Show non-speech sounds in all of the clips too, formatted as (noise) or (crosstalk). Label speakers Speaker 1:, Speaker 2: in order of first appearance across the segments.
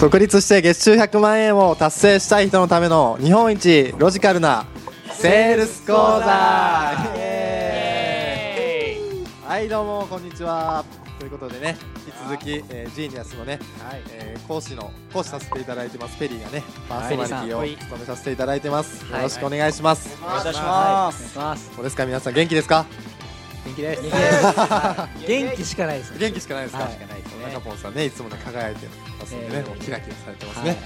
Speaker 1: 独立して月収100万円を達成したい人のための日本一ロジカルなセールス講座イエーイはいどうもこんにちはということでね引き続き、えージーニアスのね、えー講師の講師させていただいてますペリーがねパーソナリティを
Speaker 2: ペリーさん
Speaker 1: 務めさせていただいてます、
Speaker 2: はい
Speaker 1: よろしくお願いします、
Speaker 2: お願いいたし
Speaker 3: ま
Speaker 2: ます。お願いします。
Speaker 1: どうですか皆さん元気ですか
Speaker 2: 元気です。元気しかないです。
Speaker 1: 元気しかないですか、
Speaker 2: はい元気しかないですね
Speaker 1: 中本さんねいつもね輝いてますんでね、
Speaker 2: えー
Speaker 1: もうキラキラされてます
Speaker 2: は
Speaker 1: ね、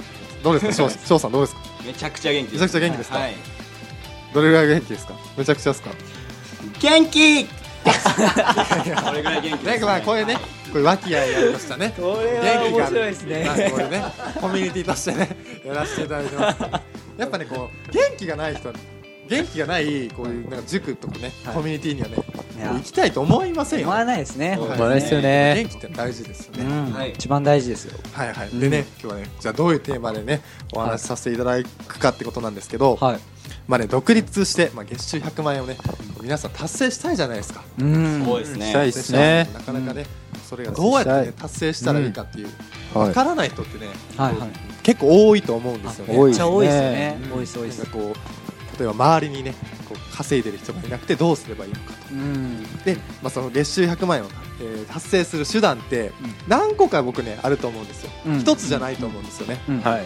Speaker 2: い
Speaker 1: どうですか翔翔さんどうですか
Speaker 3: めちゃくちゃ元気
Speaker 1: めちゃくちゃ元気ですか
Speaker 3: はい
Speaker 1: どれぐらい元気ですかめちゃくちゃですか
Speaker 3: 元 (laughs) 気これぐらい元気
Speaker 1: ね、まあ、こういうね、こういう和気あいあいとしたね。
Speaker 2: これは
Speaker 1: 元気がある
Speaker 2: 面白いですね
Speaker 1: まあこういうね、コミュニティとしてね、やらせていただいてます。やっぱね、こう、元気がない人。元気がない、こういう、なんか塾とかね、
Speaker 2: はい
Speaker 1: コミュニティにはね、
Speaker 2: いや
Speaker 1: 行きたいと思いません
Speaker 2: 思
Speaker 1: よ。
Speaker 2: わないですね。
Speaker 1: そうですね
Speaker 2: 本当ね。
Speaker 1: 元気って大事ですよ
Speaker 2: う
Speaker 1: ね。
Speaker 2: ん
Speaker 3: はい
Speaker 2: 一番大事ですよ。
Speaker 1: はいはい、でね、今日はね、じゃあ、どういうテーマでね、お話しさせていただくかってことなんですけど。
Speaker 2: はい。
Speaker 1: まあね、独立して、まあ、月収100万円をね、皆さん達成したいじゃないですか。
Speaker 2: うん。
Speaker 3: そうですね
Speaker 4: したいですね
Speaker 1: なかなかね、それがどうやって、ね、達成したらいいかっていう、わからない人ってね、
Speaker 2: はいはい。
Speaker 1: 結構多いと思うんですよね。
Speaker 2: め
Speaker 4: 多
Speaker 2: っ
Speaker 4: い
Speaker 2: ちゃ多いですよね
Speaker 1: う。ん
Speaker 2: 多いです多いで
Speaker 1: なん
Speaker 2: す
Speaker 1: か。こう例えば周りにねこう稼いでる人がいなくてどうすればいいのかと
Speaker 2: うん。
Speaker 1: で、まあ、その月収100万円を、えー達成する手段って
Speaker 2: う
Speaker 1: 何個か僕ねあると思うんですよ
Speaker 2: うん
Speaker 1: 一、つじゃないと思うんですよね、
Speaker 2: うん
Speaker 4: はい。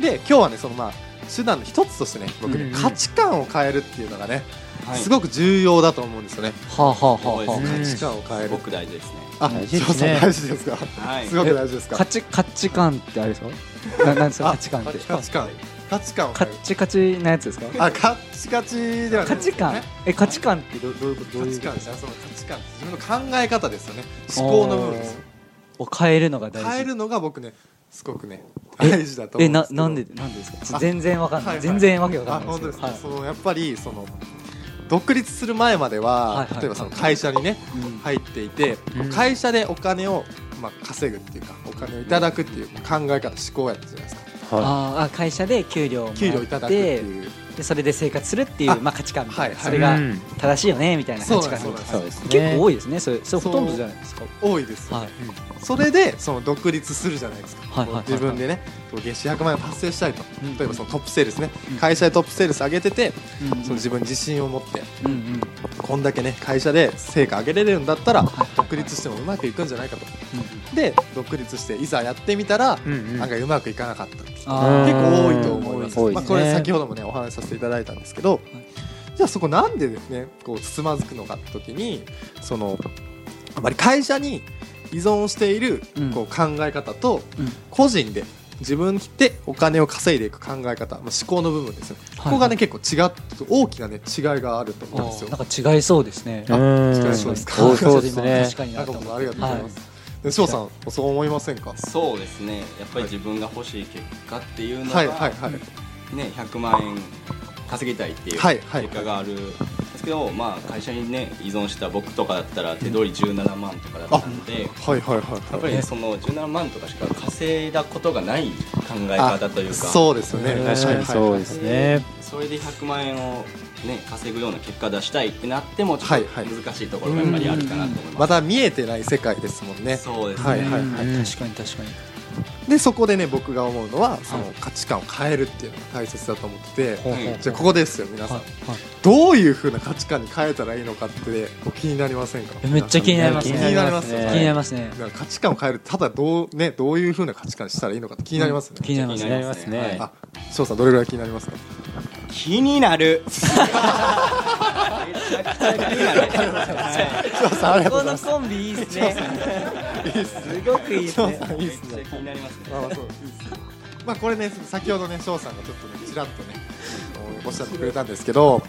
Speaker 1: で今日はねそのまあ手段の一つとしてね僕ね、
Speaker 2: うんうん
Speaker 1: 価値観を変えるっていうのがね、
Speaker 3: はい
Speaker 1: すごく重要だと思うんですよね、
Speaker 2: はあはあはあ
Speaker 3: うん
Speaker 2: は
Speaker 1: 価値観を変え
Speaker 3: す
Speaker 1: る
Speaker 3: ごく大事ですね
Speaker 1: あ
Speaker 2: 大
Speaker 1: ジ
Speaker 2: 事
Speaker 1: ョー
Speaker 2: です
Speaker 1: さん
Speaker 2: ね
Speaker 1: 大事ですか、
Speaker 3: はい
Speaker 1: すごく大事です
Speaker 2: あ。
Speaker 1: か
Speaker 2: 価値価値観ってあれですか？ななんですか
Speaker 1: あ
Speaker 2: 価値観って。
Speaker 1: 価値観価値観を
Speaker 2: カ
Speaker 1: 変える
Speaker 2: ッチカチなやつですか？
Speaker 1: あカッチカチではな
Speaker 2: 価
Speaker 1: いです
Speaker 2: 値
Speaker 1: よね
Speaker 2: 観。え価値観ってどどういうこと？
Speaker 1: 価
Speaker 2: どうい
Speaker 1: 値
Speaker 2: うこ
Speaker 1: 観
Speaker 2: と
Speaker 1: ですねその価値観自分の考え方ですよね思考の部分ですよ
Speaker 2: を変えるのが大事。
Speaker 1: 変えるのが僕ねすごくね大事だと思
Speaker 2: え
Speaker 1: うんで
Speaker 2: な
Speaker 1: すけど
Speaker 2: なんでなんでですかちょ
Speaker 1: あ
Speaker 2: 全然わかん
Speaker 1: は
Speaker 2: ない、
Speaker 1: いはい
Speaker 2: 全然わけわか
Speaker 1: あ
Speaker 2: んない
Speaker 1: 本当ですか、
Speaker 2: はい
Speaker 1: そのやっぱりその独立する前までは、
Speaker 2: はいはい
Speaker 1: 例えばその会社にね
Speaker 2: うん
Speaker 1: 入っていて、
Speaker 2: うん
Speaker 1: 会社でお金をまあ稼ぐっていうかお金をいただくっていう考え方思考やったじゃないですか
Speaker 4: は
Speaker 2: あーあ会社で給料をもらって
Speaker 1: 給料いただくっていう
Speaker 2: でそれで生活するっていう
Speaker 1: あ
Speaker 2: まあ、価値観みたい
Speaker 1: はい
Speaker 2: な、
Speaker 1: はい
Speaker 2: そ
Speaker 4: い。
Speaker 2: れが正しいよねみたいな
Speaker 1: そ
Speaker 2: 価
Speaker 1: うなん
Speaker 2: 値
Speaker 1: です
Speaker 2: 観
Speaker 1: そう
Speaker 2: が
Speaker 1: なんです、
Speaker 4: そうですね。
Speaker 2: 結構多いですねそれそれ
Speaker 1: そ
Speaker 2: ほ
Speaker 1: う
Speaker 2: とんどじゃないですか
Speaker 1: 多いですよ
Speaker 2: はい
Speaker 1: ね、それでその独立するじゃないですか、
Speaker 2: はいはいはい
Speaker 1: 自分でねこう月収100万円を達成したいと、
Speaker 2: うん
Speaker 1: 例えばそのトップセールスね、
Speaker 2: うん
Speaker 1: 会社でトップセールス上げてて、
Speaker 2: うんうん
Speaker 1: その自分に自信を持って
Speaker 2: うんうん
Speaker 1: こんだけね会社で成果上げれるんだったら独立してもうまくいくんじゃないかとで独立していざやってみたら、
Speaker 4: うんうん
Speaker 1: 案外うまくいかなかったって結構
Speaker 2: あー
Speaker 1: 多いと思います、
Speaker 4: 多いですね
Speaker 1: まあ、これ先ほどもねお話しさせていただいたんですけど、じゃあそこなんでですねこうつつまずくのかって時にそのあまり会社に依存している
Speaker 2: うん
Speaker 1: こう考え方と
Speaker 2: うん
Speaker 1: 個人で自分でお金を稼いでいく考え方、まあ、思考の部分ですよね、
Speaker 2: はいはい
Speaker 1: ここがね結構違っ大きなね違いがあると思うんですよ
Speaker 2: あーなんか違いそうですね
Speaker 4: う
Speaker 1: 近い
Speaker 4: ん。
Speaker 1: そうですか
Speaker 4: 多そうですね
Speaker 2: 確。かにな
Speaker 1: 中
Speaker 2: と
Speaker 1: 本さんあ
Speaker 2: 思って
Speaker 1: りがとうございます、で翔さんそう思いませんか
Speaker 3: そうですねやっぱり自分が欲しい結果っていうのが
Speaker 1: はいはいはい
Speaker 3: ね100万円稼ぎたいっていう
Speaker 1: はい
Speaker 3: 結
Speaker 1: はい
Speaker 3: 果があるんですけどまあ会社にね依存した僕とかだったら手取り17万とかだったので
Speaker 1: はいはいはい
Speaker 3: やっぱ
Speaker 1: はい
Speaker 3: りその17万とかしか稼いだことがない考え方というか
Speaker 1: そうですよね
Speaker 4: うん確かにそうですすね。
Speaker 3: それで100万円を、ね、稼ぐような結果出したいってなってもちょっと
Speaker 1: はいはい
Speaker 3: 難しいところがやっぱりあるかなと思います、
Speaker 1: まだ見えてない世界ですもんね
Speaker 3: そうですね、
Speaker 1: はいはい
Speaker 2: うん
Speaker 4: はい
Speaker 2: 確かに確かに
Speaker 1: でそこでね僕が思うのはその価値観を変えるっていうのが大切だと思ってて、
Speaker 3: うほう
Speaker 1: じゃあここですよ皆さん、
Speaker 2: はいはい
Speaker 1: どういう風な価値観に変えたらいいのかってこう気になりませんか
Speaker 2: えめっちゃ気になりますね
Speaker 1: 気になりますよ
Speaker 2: 気
Speaker 1: ね
Speaker 2: になりますね
Speaker 1: だから価値観を変えるただどう,、ね、どういう風な価値観にしたらいいのかって気になりますよね、
Speaker 2: 気になります
Speaker 4: 気に
Speaker 2: ね
Speaker 4: なりますね
Speaker 3: は
Speaker 4: り
Speaker 3: い
Speaker 1: あ翔さんどれぐらい気になります
Speaker 2: (laughs)
Speaker 1: か
Speaker 3: 気になるめちゃくちゃ気になる
Speaker 1: 翔さんありがとうござい
Speaker 2: この
Speaker 1: ます
Speaker 2: コンビいいっすね
Speaker 1: いいっすね
Speaker 2: すごくいい
Speaker 1: (laughs)
Speaker 2: っすね
Speaker 1: 翔さんいい
Speaker 3: め
Speaker 1: っ
Speaker 3: っ
Speaker 1: すね
Speaker 3: ちゃ気になりますね
Speaker 1: まあまあそうですまあこれね先ほどね翔さんがちょっとねちらっとねおっしゃってくれたんですけど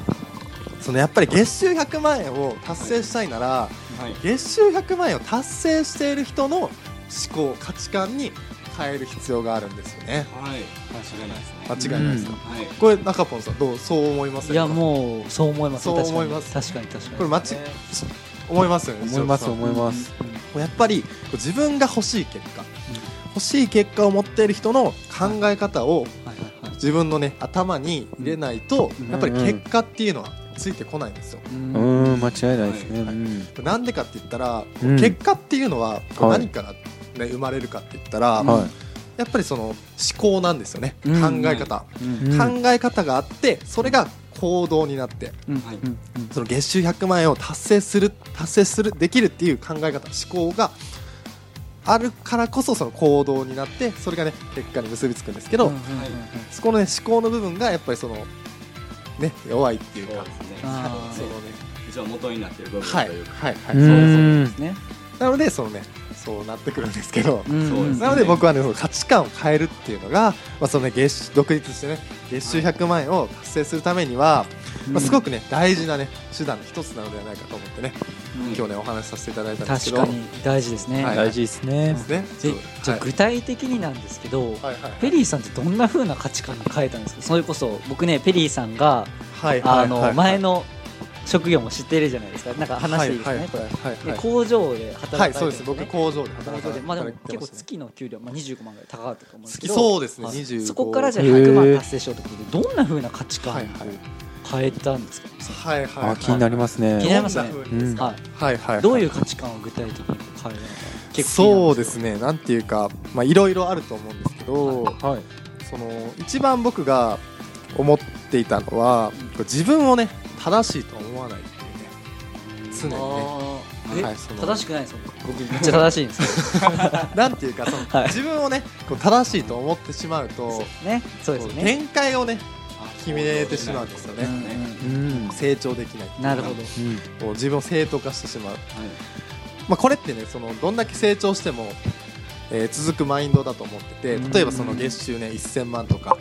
Speaker 1: そのやっぱり月収100万円を達成したいなら
Speaker 3: はい
Speaker 1: 月収100万円を達成している人の思考価値観に変える必要があるんですよね
Speaker 3: はい間違いないですね
Speaker 1: 間違いないですか、
Speaker 3: はい
Speaker 1: これ中ポンさんどうそう思いませんか
Speaker 2: いやもうそう思います
Speaker 1: そう思います
Speaker 2: 確かに確かに
Speaker 1: これ間違い思いますよね
Speaker 4: 思いま
Speaker 1: 翔
Speaker 4: す
Speaker 1: さん
Speaker 4: 思います。
Speaker 2: うんうん
Speaker 1: もうやっぱりこう自分が欲しい結果、欲しい結果を持っている人の考え方を
Speaker 2: はいはいはい
Speaker 1: 自分のね頭に入れないと、
Speaker 2: うん
Speaker 1: やっぱり結果っていうのはついてこないんですよ。
Speaker 2: うん
Speaker 4: うん、間違いないですね。
Speaker 1: はい
Speaker 4: うん。
Speaker 1: なんでかって言ったら、
Speaker 4: うん
Speaker 1: 結果っていうのはこう
Speaker 4: はい
Speaker 1: 何から、ね、生まれるかって言ったら、
Speaker 4: は
Speaker 1: やっぱりその思考なんですよね、
Speaker 2: うん
Speaker 1: 考え方、
Speaker 4: うん
Speaker 1: 考え方があってそれが行動になって
Speaker 2: うん
Speaker 3: はい
Speaker 4: うん
Speaker 1: その月収100万円を達成する達成するできるっていう考え方思考があるからこそその行動になってそれがね結果に結びつくんですけど、
Speaker 2: うんうんうんうん
Speaker 1: そこのね思考の部分がやっぱりそのね弱いっていう
Speaker 3: そう
Speaker 1: か
Speaker 3: ですね
Speaker 2: あー
Speaker 1: そ
Speaker 3: そう
Speaker 1: のね
Speaker 3: 一応元になってる部分と
Speaker 1: はい
Speaker 3: いうか、
Speaker 1: はいは
Speaker 4: う
Speaker 1: い
Speaker 4: ん
Speaker 2: ね
Speaker 1: なのでそのねそうなってくるんですけど、
Speaker 2: うん
Speaker 3: そうですね
Speaker 1: なので僕はねその価値観を変えるっていうのが、まあそのね、月収独立してね月収100万円を達成するためには、まあ、すごくね大事なね手段の一つなのではないかと思ってね
Speaker 3: うん
Speaker 1: 今日ねお話しさせていただいたんですけ
Speaker 2: 確
Speaker 1: ど
Speaker 2: かに大事ですね、
Speaker 1: はい
Speaker 4: 大事ですね
Speaker 1: ですね
Speaker 2: でじゃ
Speaker 1: は
Speaker 2: あ
Speaker 1: い
Speaker 2: 具体的になんですけど、
Speaker 1: はいはい
Speaker 2: ペリーさんってどんな風な価値観に変えたんですかそれこそ僕ねペリーさんが
Speaker 1: はい
Speaker 2: あの
Speaker 1: はい
Speaker 2: 前の職業も知ってるじゃないですかなんか話していいですかねこ
Speaker 1: はいはい
Speaker 2: れ
Speaker 1: はい
Speaker 2: で工場で働かれてるんですね
Speaker 1: はいそうです僕工場で働
Speaker 2: 工
Speaker 1: かれ
Speaker 2: 場で
Speaker 1: て
Speaker 2: まあでも
Speaker 1: 働いてま
Speaker 2: 結構
Speaker 1: すね
Speaker 2: 月の給料まあ25万ぐらい高かったと思うんです
Speaker 1: 月
Speaker 2: けど
Speaker 1: そうですね
Speaker 2: はい
Speaker 1: 25
Speaker 2: そこからじゃあ
Speaker 4: へー
Speaker 2: 100万達成しようということでどんな風な価値観を
Speaker 1: はいはい
Speaker 2: 変えたんですか
Speaker 1: はいはいはい
Speaker 4: あ気になります
Speaker 2: 気にな
Speaker 4: ね
Speaker 2: りますね
Speaker 1: どんな風にですか
Speaker 2: はい
Speaker 1: はいはい
Speaker 2: どういう価値観を具体的に変えるのか結構気にな
Speaker 1: そう
Speaker 2: る
Speaker 1: んですねなんていうかまあいろいろあると思うんですけど、
Speaker 4: はい
Speaker 1: その一番僕が思っていたのは自分をね正しいと思わないっていうね常にね
Speaker 2: あーえ
Speaker 1: はいその
Speaker 2: 正しくないですよ僕めっちゃ正しいんですよ
Speaker 1: なんていうかその、
Speaker 2: (laughs) はい
Speaker 1: 自分をねこう正しいと思ってしまうと (laughs)
Speaker 2: ねそうですよね
Speaker 1: 限界をね決めてしまうんですよね
Speaker 2: うんうん
Speaker 4: うん
Speaker 1: 成長できない
Speaker 2: なるほど
Speaker 1: こう自分を正当化してしまう、
Speaker 3: はい
Speaker 1: まあ、これってねそのどんだけ成長しても、えー続くマインドだと思って
Speaker 2: うん
Speaker 1: て例えばその月収ね1000万とか、
Speaker 3: はい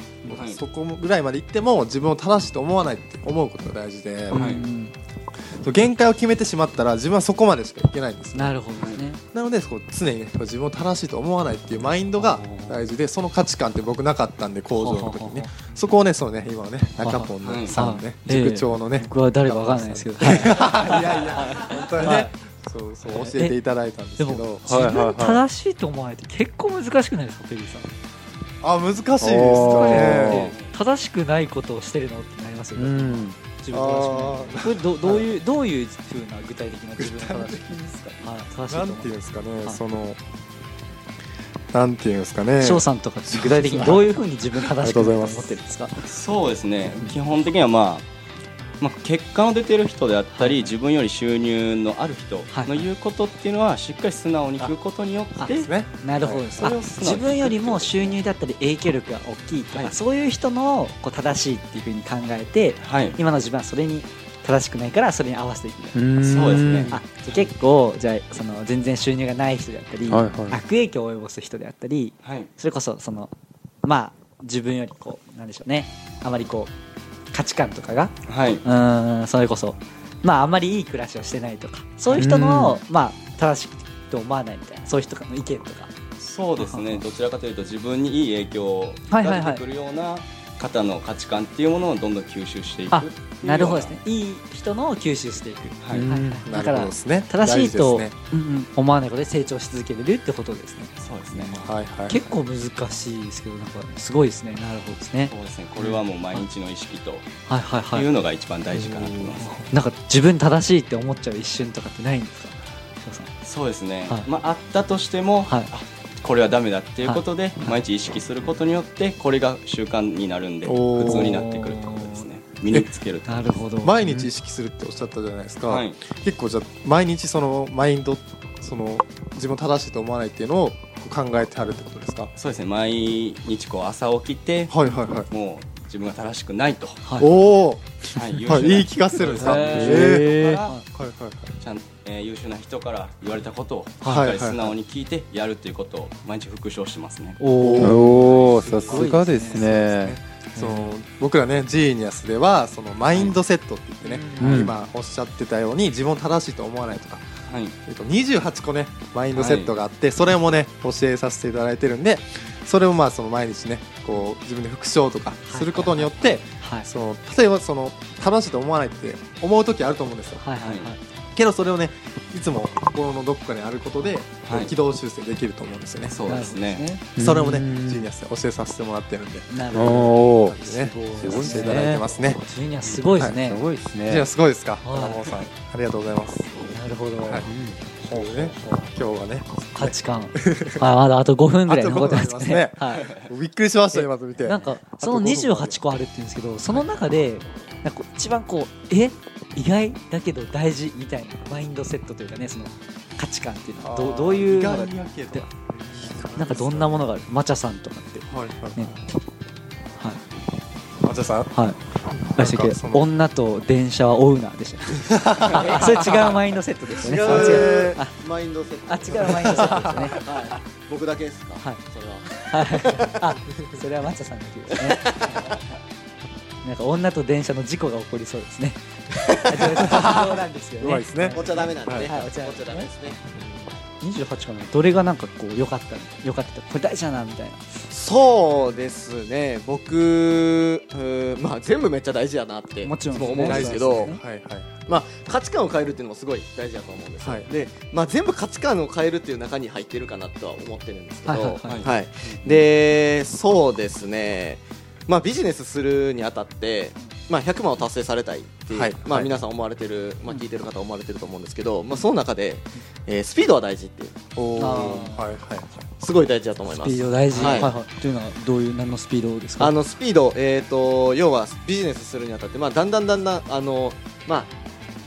Speaker 1: そこぐらいまで行っても自分を正しいと思わないって思うことが大事で、
Speaker 3: はい
Speaker 2: うん
Speaker 1: そう限界を決めてしまったら自分はそこまでしかいけないんですよ
Speaker 2: なるほどね
Speaker 1: なのでこう常に、ね、こう自分を正しいと思わないっていうマインドが大事でその価値観って僕なかったんで工場の時にね
Speaker 2: はははは
Speaker 1: そこをねそのね今のね中ポンのさんのね
Speaker 2: はいはい
Speaker 1: 塾長のね
Speaker 2: 僕は誰かわからないですけど
Speaker 1: いやいや、本当にね、
Speaker 2: はい
Speaker 1: そうそう教えていただいたんですけ
Speaker 2: え
Speaker 1: ど、
Speaker 2: 自分を正しいと思われて結構難しくないですかペリーさん
Speaker 1: あ難しいです
Speaker 4: お
Speaker 1: よ
Speaker 4: ー
Speaker 1: ね。
Speaker 2: 正しくないことをしてるのってなりますよ
Speaker 4: う
Speaker 2: ね
Speaker 4: ん
Speaker 2: 自分正しくないこれどどういうどういうふうな具体的な自分の正しいはい正しいと
Speaker 1: なん
Speaker 2: 思
Speaker 1: ていうんですかね、
Speaker 2: はい
Speaker 1: そのなんていうんですかね。
Speaker 2: 翔さんとかって具体的 (laughs) にどういうふうに自分正しくないと思ってるんですか
Speaker 3: そうですね基本的には、まあ、まあ結果の出てる人であったり自分より収入のある人
Speaker 2: はい
Speaker 3: の言うことっていうのはしっかり素直に聞くことによ
Speaker 2: あ
Speaker 3: って
Speaker 1: ですね。
Speaker 2: (laughs) なるほどです、
Speaker 3: はい
Speaker 2: あ自分よりも収入だったり影響力が大きいとか、
Speaker 3: はい
Speaker 2: そういう人のこう正しいっていうふうに考えて
Speaker 3: はい
Speaker 2: 今の自分はそれに正しくないからそれに合わせていくみたいな
Speaker 3: そうですね
Speaker 2: あじゃあ結構じゃあその全然収入がない人であったり、
Speaker 4: はいはい
Speaker 2: 悪影響を及ぼす人であったり
Speaker 3: はい
Speaker 2: それこそそのまあ自分よりこうなんでしょうねあまりこう価値観とかが
Speaker 3: はい、
Speaker 2: うーんそれこそまああんまりいい暮らしをしてないとかそういう人のまあ正しくと思わないみたいなそういう人からの意見とか
Speaker 3: そうです
Speaker 2: はは
Speaker 3: ね
Speaker 2: は
Speaker 3: どちらかというと自分にいい影響
Speaker 2: はいはいはい
Speaker 3: が出てくるような方の価値観っていうものをどんどん吸収していく
Speaker 2: あ
Speaker 3: っていうよう
Speaker 2: なるほどですねいい人のを吸収していく、
Speaker 3: はい、
Speaker 4: うん
Speaker 2: はいはい
Speaker 1: な
Speaker 2: だ
Speaker 1: る
Speaker 2: か
Speaker 1: ほど
Speaker 2: ら
Speaker 1: ですね。
Speaker 2: 正しいと、
Speaker 1: 大事ですね
Speaker 2: うんうん思わないことで成長し続けれるってことですね
Speaker 3: そうですね
Speaker 1: はいはい。
Speaker 2: 結構難しいですけどなんかすごいですねなるほどですね
Speaker 3: そうですねこれはもう毎日の意識と
Speaker 2: はいはいはいいう
Speaker 3: のが一番大事かなと思います、
Speaker 2: なんか自分正しいって思っちゃう一瞬とかってないんですか翔さん
Speaker 3: そうですね、
Speaker 2: はい
Speaker 3: まあ、あったとしても、
Speaker 2: はい
Speaker 3: あこれはダメだっていうことで、
Speaker 2: い
Speaker 3: 毎日意識することによってこれが習慣になるんで
Speaker 1: おー
Speaker 3: 普通になってくるってことですね身につけるってこ
Speaker 2: な
Speaker 3: と
Speaker 2: るほど
Speaker 1: 毎日意識するっておっしゃったじゃないですか。
Speaker 3: はい
Speaker 1: 結構じゃあ毎日そのマインドその自分を正しいと思わないっていうのをこう考えてあるってことですか。
Speaker 3: そうですね毎日こう朝起きて
Speaker 1: はいはいはい。
Speaker 3: もう自分が正しくないと、
Speaker 2: はい
Speaker 1: おお、
Speaker 3: はい、優秀な
Speaker 1: はい、言い聞かせてるんですか。えーはいはい
Speaker 3: 人から
Speaker 2: へは
Speaker 4: えー
Speaker 1: はい。
Speaker 3: ちゃん、えー優秀な人から言われたことをしっ
Speaker 1: はいはい
Speaker 3: かり素直に聞いてやるっていうことを毎日復唱してますね、
Speaker 2: おー
Speaker 4: おおさすがですね
Speaker 1: その僕らねジーニアスではそのマインドセットって言ってね、
Speaker 4: うん
Speaker 1: 今おっしゃってたように自分を正しいと思わないとか、
Speaker 3: はい
Speaker 1: えっと、28個ねマインドセットがあって、それもね教えさせていただいてるんでそれをまあその毎日ねこう自分で復唱とかすることによって、
Speaker 2: はい
Speaker 1: その例えばその正しいと思わないって思う時あると思うんですよ
Speaker 2: はいはいはい
Speaker 1: けどそれをねいつも心のどこかにあることで、
Speaker 3: はい
Speaker 1: 軌道修正できると思うんですよね
Speaker 3: そうですね
Speaker 2: なるほど
Speaker 1: それもね
Speaker 4: うん
Speaker 1: ジーニアスで教えさせてもらってるんで
Speaker 2: なるほ
Speaker 4: おお
Speaker 1: 感じでね
Speaker 2: すごい
Speaker 1: 教えていただいてますね
Speaker 2: どジュニアすごいですね
Speaker 4: すごいです
Speaker 1: じゃ
Speaker 4: ね
Speaker 1: あすごいですか、
Speaker 2: はい
Speaker 1: 山本さん、ありがとうございます。
Speaker 2: なるほど
Speaker 1: はい
Speaker 2: ほ
Speaker 1: というね今日はね
Speaker 2: 価値観あまだあと5分ぐらい残ってますけどね
Speaker 1: あ
Speaker 2: はい
Speaker 1: びっくりしました今見て
Speaker 2: なんかその28個あるって言うんですけどその中でなんか一番こうえ意外だけど大事みたいなマインドセットというかねその価値観っていうのはどうどういうのがどなんかどんなものがあるマチャさんとかって
Speaker 1: はいはい
Speaker 2: ねはい
Speaker 1: 松田さん
Speaker 2: はい。あしたっ
Speaker 1: なんか
Speaker 2: け
Speaker 1: その
Speaker 2: 女と電車は追うな
Speaker 1: (laughs)
Speaker 2: でしたっけ。それ違うマインドセットですよね。それ違
Speaker 1: え
Speaker 2: う
Speaker 1: ー
Speaker 2: あ
Speaker 5: マインドセッ
Speaker 2: あ
Speaker 5: (laughs) ト
Speaker 2: 違うマインドセットですね。
Speaker 5: 僕だけですか
Speaker 2: はい。
Speaker 5: それは
Speaker 2: あそれはマッチャさんだけですね。なんか女と電車の事故が起こりそうです
Speaker 1: (laughs)
Speaker 2: ね。あ冗談ですよ
Speaker 1: うまいで
Speaker 2: ね。
Speaker 1: すね
Speaker 5: お茶ダメなんでね
Speaker 2: はいはいお茶
Speaker 5: お茶ダメですね
Speaker 2: 二十八かな。どれがなんかこう良かったの良かったこれ大事だなみたいな。
Speaker 5: そうですね僕うーんまあ全部めっちゃ大事やなって
Speaker 2: もちろん
Speaker 5: いつも思うんですけど
Speaker 2: ね
Speaker 1: はいはい
Speaker 5: まあ価値観を変えるっていうのもすごい大事だと思うんですよ、
Speaker 1: はい
Speaker 5: で、まあ、全部価値観を変えるっていう中に入ってるかなとは思ってるんですけど、
Speaker 2: はいはい
Speaker 5: は
Speaker 2: はい
Speaker 5: いでそうですね、まあ、ビジネスするにあたって、まあ、100万を達成されたいっていう、
Speaker 1: はい
Speaker 5: まあ、
Speaker 1: はい
Speaker 5: 皆さん思われてる、まあ、聞いてる方思われてると思うんですけど、まあ、その中で、えースピードは大事っていう
Speaker 1: おー
Speaker 2: あー
Speaker 1: はいはい
Speaker 5: すごい大事だと思い
Speaker 2: ス
Speaker 5: ま
Speaker 2: ピー
Speaker 5: す
Speaker 2: ド大事。
Speaker 5: は
Speaker 2: はいいはい。というのはどういう何のスピードですか。
Speaker 5: あのスピード、えー、と要はビジネスするにあたって、まあ、だんだんだんだんあの、まあ、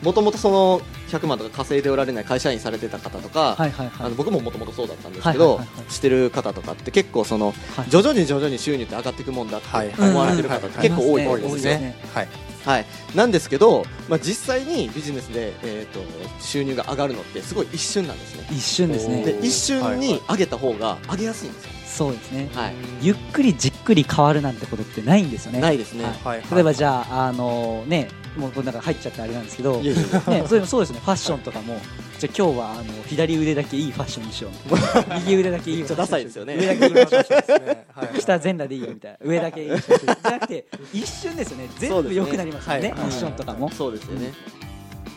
Speaker 5: もともとその100万とか稼いでおられない会社員されてた方とか、
Speaker 2: はいはい
Speaker 5: あ
Speaker 2: はい
Speaker 5: の。僕ももともとそうだったんですけど、
Speaker 2: はいはいはいはい
Speaker 5: してる方とかって結構その、
Speaker 2: はい
Speaker 5: 徐々に徐々に収入って上がっていくもんだって
Speaker 1: はい
Speaker 5: 思われてる方って結構多いと思うんですね。
Speaker 2: 多いね。
Speaker 1: はい
Speaker 5: はい、なんですけど、まあ、実際にビジネスで、えー、と収入が上がるのってすごい一瞬なんですね。
Speaker 2: 一瞬です
Speaker 1: おー
Speaker 2: ね
Speaker 5: で一瞬に上げた方が上げやすいんですよ。
Speaker 2: そうですね
Speaker 5: はい、
Speaker 2: ゆっくりじっくり変わるなんてことってないんですよね
Speaker 5: ないですね。
Speaker 2: はい
Speaker 1: はい
Speaker 2: 例えばじゃああのねもうこれなんか入っちゃってあれなんですけど
Speaker 5: いえいえ
Speaker 2: (laughs) ね、それもそうですねファッションとかもじゃあ今日はあの左腕だけいいファッションにしようみた
Speaker 5: (laughs)
Speaker 2: いな右腕だけいいファッションにしよう
Speaker 5: めっちゃダサ
Speaker 2: 上だけい
Speaker 5: いですよね
Speaker 2: いファッションにしよう
Speaker 1: 下
Speaker 2: 下全裸でいいよみたいな上だけいいファッションにしようじゃなくて一瞬ですよね全部良くなりましたよね
Speaker 5: そうですねはい
Speaker 2: ファッションとかも
Speaker 5: そうですよね。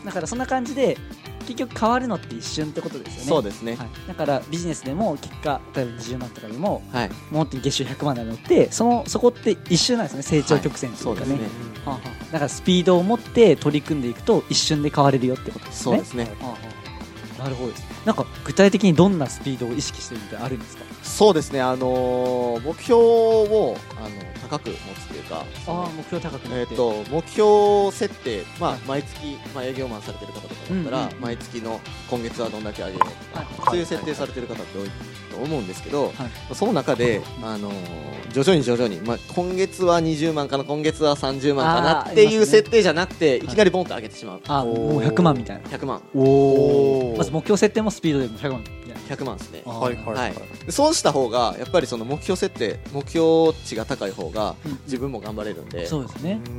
Speaker 2: だからそんな感じで結局変わるのって一瞬ってことですよね
Speaker 5: そうですね。
Speaker 2: はい、だからビジネスでも結果例えば20万とかでも
Speaker 5: はい、
Speaker 2: もう本当に月収100万なのってそのそこって一瞬なんですね成長曲線ってい
Speaker 5: そうう
Speaker 2: か
Speaker 5: で
Speaker 2: ね,、
Speaker 5: すね。
Speaker 2: はあはあだからスピードを持って取り組んでいくと一瞬で変われるよってことです
Speaker 5: そう
Speaker 2: ね
Speaker 5: ですね。
Speaker 2: はあはあなるほどですなんか具体的にどんなスピードを意識してるみたいなのあるんですか
Speaker 5: そうですね。あのー目標をあの高く持つというか、その
Speaker 2: ああ目標高くな
Speaker 5: え
Speaker 2: っ
Speaker 5: ー、
Speaker 2: て、
Speaker 5: と目標設定、まあ、毎月、まあ、営業マンされてる方とかだったら、
Speaker 2: うんうん
Speaker 5: 毎月の今月はどんだけ上げようとか、
Speaker 2: はい
Speaker 5: そういう設定されてる方って多いと思うんですけど、
Speaker 2: はい
Speaker 5: その中で、あのー徐々に徐々に、まあ、今月は20万かな今月は30万かな
Speaker 2: あー
Speaker 5: って
Speaker 2: あ
Speaker 5: い
Speaker 2: り
Speaker 5: う
Speaker 2: ますね
Speaker 5: 設定じゃなくて、い、きなりボンと上げてしまう
Speaker 2: あもう100万みたいな
Speaker 5: 100万
Speaker 1: おー
Speaker 2: まず目標設定もスピードでも100万みたいな
Speaker 5: 100万ですね
Speaker 2: あ
Speaker 1: はいはいは
Speaker 5: はいい、そうした方がやっぱりその目標設定目標値が高い方が
Speaker 2: うん
Speaker 5: 自分も頑張れるんで、
Speaker 2: そうですね
Speaker 1: う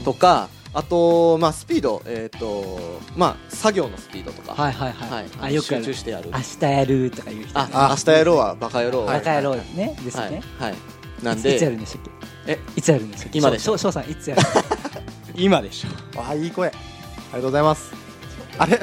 Speaker 1: ん
Speaker 5: とかあと、まあ、スピード、えーとまあ、作業のスピードとか、
Speaker 2: はいはいはい、
Speaker 5: はい
Speaker 2: あよくあ
Speaker 5: 集
Speaker 2: る
Speaker 5: 中してやる
Speaker 2: 明日やるとか言う人、ね、
Speaker 5: あ明日やろうはバカ野郎
Speaker 2: バカ野郎ね、ですよね、
Speaker 5: はい、はい、なん
Speaker 2: いつや
Speaker 5: で
Speaker 2: るんでしたっけ
Speaker 5: え
Speaker 2: いつやるんでしたっけ
Speaker 5: 今でし
Speaker 2: しょ
Speaker 5: ょ
Speaker 2: うしょうさんいつやるんでしたっけ
Speaker 3: 今でしょ
Speaker 1: あーいい声ありがとうございますあれ
Speaker 2: (laughs)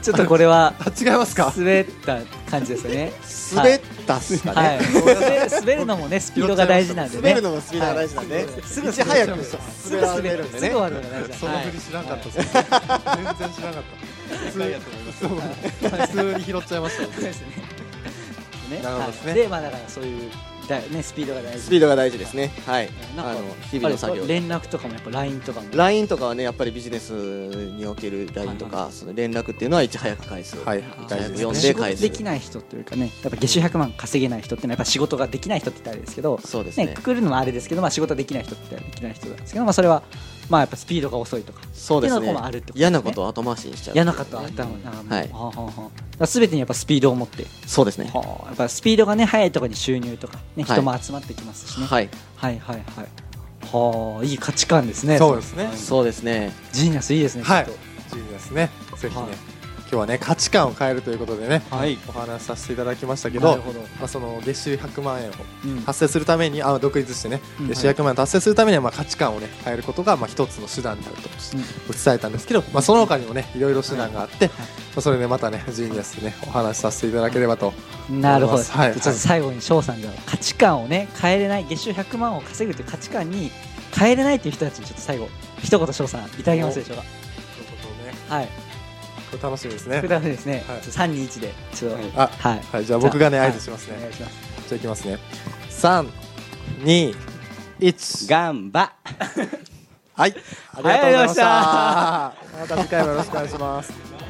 Speaker 2: ちょっとこれは
Speaker 1: あ違いますか
Speaker 2: 滑った感じですよ
Speaker 5: (laughs)
Speaker 2: ね
Speaker 5: 滑ったっすか
Speaker 2: は
Speaker 5: ね、
Speaker 2: い滑る滑るのもねスピードが大事なんでね
Speaker 5: 滑るのもスピードが大事なんで、
Speaker 2: すぐ
Speaker 5: いち早く滑
Speaker 2: すぐ滑
Speaker 5: れ
Speaker 2: る
Speaker 5: るんですね
Speaker 2: ぐ終わるのが大事
Speaker 1: そ
Speaker 2: なん
Speaker 1: の
Speaker 2: で
Speaker 1: 振り知らなかったです、全然知らなかった普通普通に拾っちゃいました
Speaker 2: そうです
Speaker 5: (laughs)
Speaker 2: ねね
Speaker 1: なるほどですね
Speaker 2: はいでまあだからそういうだねスピードが大事
Speaker 5: スピードが大事ですねはい
Speaker 2: なんか
Speaker 5: あの日々の作業
Speaker 2: やっぱり連絡とかもやっぱ LINE とかも
Speaker 5: LINE とかはねやっぱりビジネスにおける LINE と
Speaker 2: はい
Speaker 5: かその連絡っていうのはいち早く返す、
Speaker 1: はい
Speaker 5: 大事ですね
Speaker 2: あー仕事できない人というかねやっぱ月収100万稼げない人ってのはやっぱ仕事ができない人って言ったらあれですけど
Speaker 5: そうですね
Speaker 2: ね、くくるのもあれですけど、まあ、仕事できない人ってできない人なんですけど、まあ、それは、まあ、やっぱスピードが遅いとか
Speaker 5: そうです
Speaker 2: っていうの
Speaker 5: ね
Speaker 2: もあるってことですね
Speaker 5: 嫌なことを後回しにしちゃう
Speaker 2: 嫌な方は頭なんかもう
Speaker 5: は
Speaker 2: は
Speaker 5: い
Speaker 2: あはあはあだから全てにやっぱスピードを持って、
Speaker 5: そうですね
Speaker 2: はあやっぱスピードがね速いところに収入とか、ね、
Speaker 5: はい
Speaker 2: 人も集まってきますしね、
Speaker 5: はい
Speaker 2: はい、はいはいはいはあいい価値観ですね
Speaker 1: そうですね
Speaker 5: そうですね
Speaker 2: ジーニアスいいですね
Speaker 1: はい
Speaker 2: ちょっ
Speaker 1: ジーニアスねぜひね、
Speaker 2: はい
Speaker 1: 今日はね価値観を変えるということでね
Speaker 3: はい
Speaker 1: お話しさせていただきました
Speaker 2: と
Speaker 1: け
Speaker 2: な
Speaker 1: ど
Speaker 2: るほど、
Speaker 1: まあ、その月収100万円を
Speaker 2: うん
Speaker 1: 達成するためにあ独立してね、
Speaker 2: うん
Speaker 1: 月収100万円を達成するためにはまあ価値観をね変えることがまあ一つの手段であると伝えたんですけど、まあ、その他にもねいろいろ手段があって、まあ、それでまたねジーニアスでねお話しさせていただければと
Speaker 2: うんなるほど、
Speaker 1: はい
Speaker 2: ちょっと最後に翔さんが価値観をね変えれない月収100万を稼ぐという価値観に変えれないという人たちにちょっと最後一言翔さんいただけますでしょうかはい
Speaker 1: れ楽しみですね
Speaker 2: 普。段ですね
Speaker 1: はい、
Speaker 2: 三二一でちょっと
Speaker 3: はい
Speaker 1: あ、
Speaker 2: はい。
Speaker 1: はい、じゃあ僕がね、
Speaker 2: じゃあ
Speaker 1: 合図します
Speaker 2: お
Speaker 1: ね。
Speaker 2: 願いします。
Speaker 1: じゃあいきますね。三、二、一。
Speaker 3: ガンバ
Speaker 1: はい、ありがとうございました。また次回もよろしくお願いします。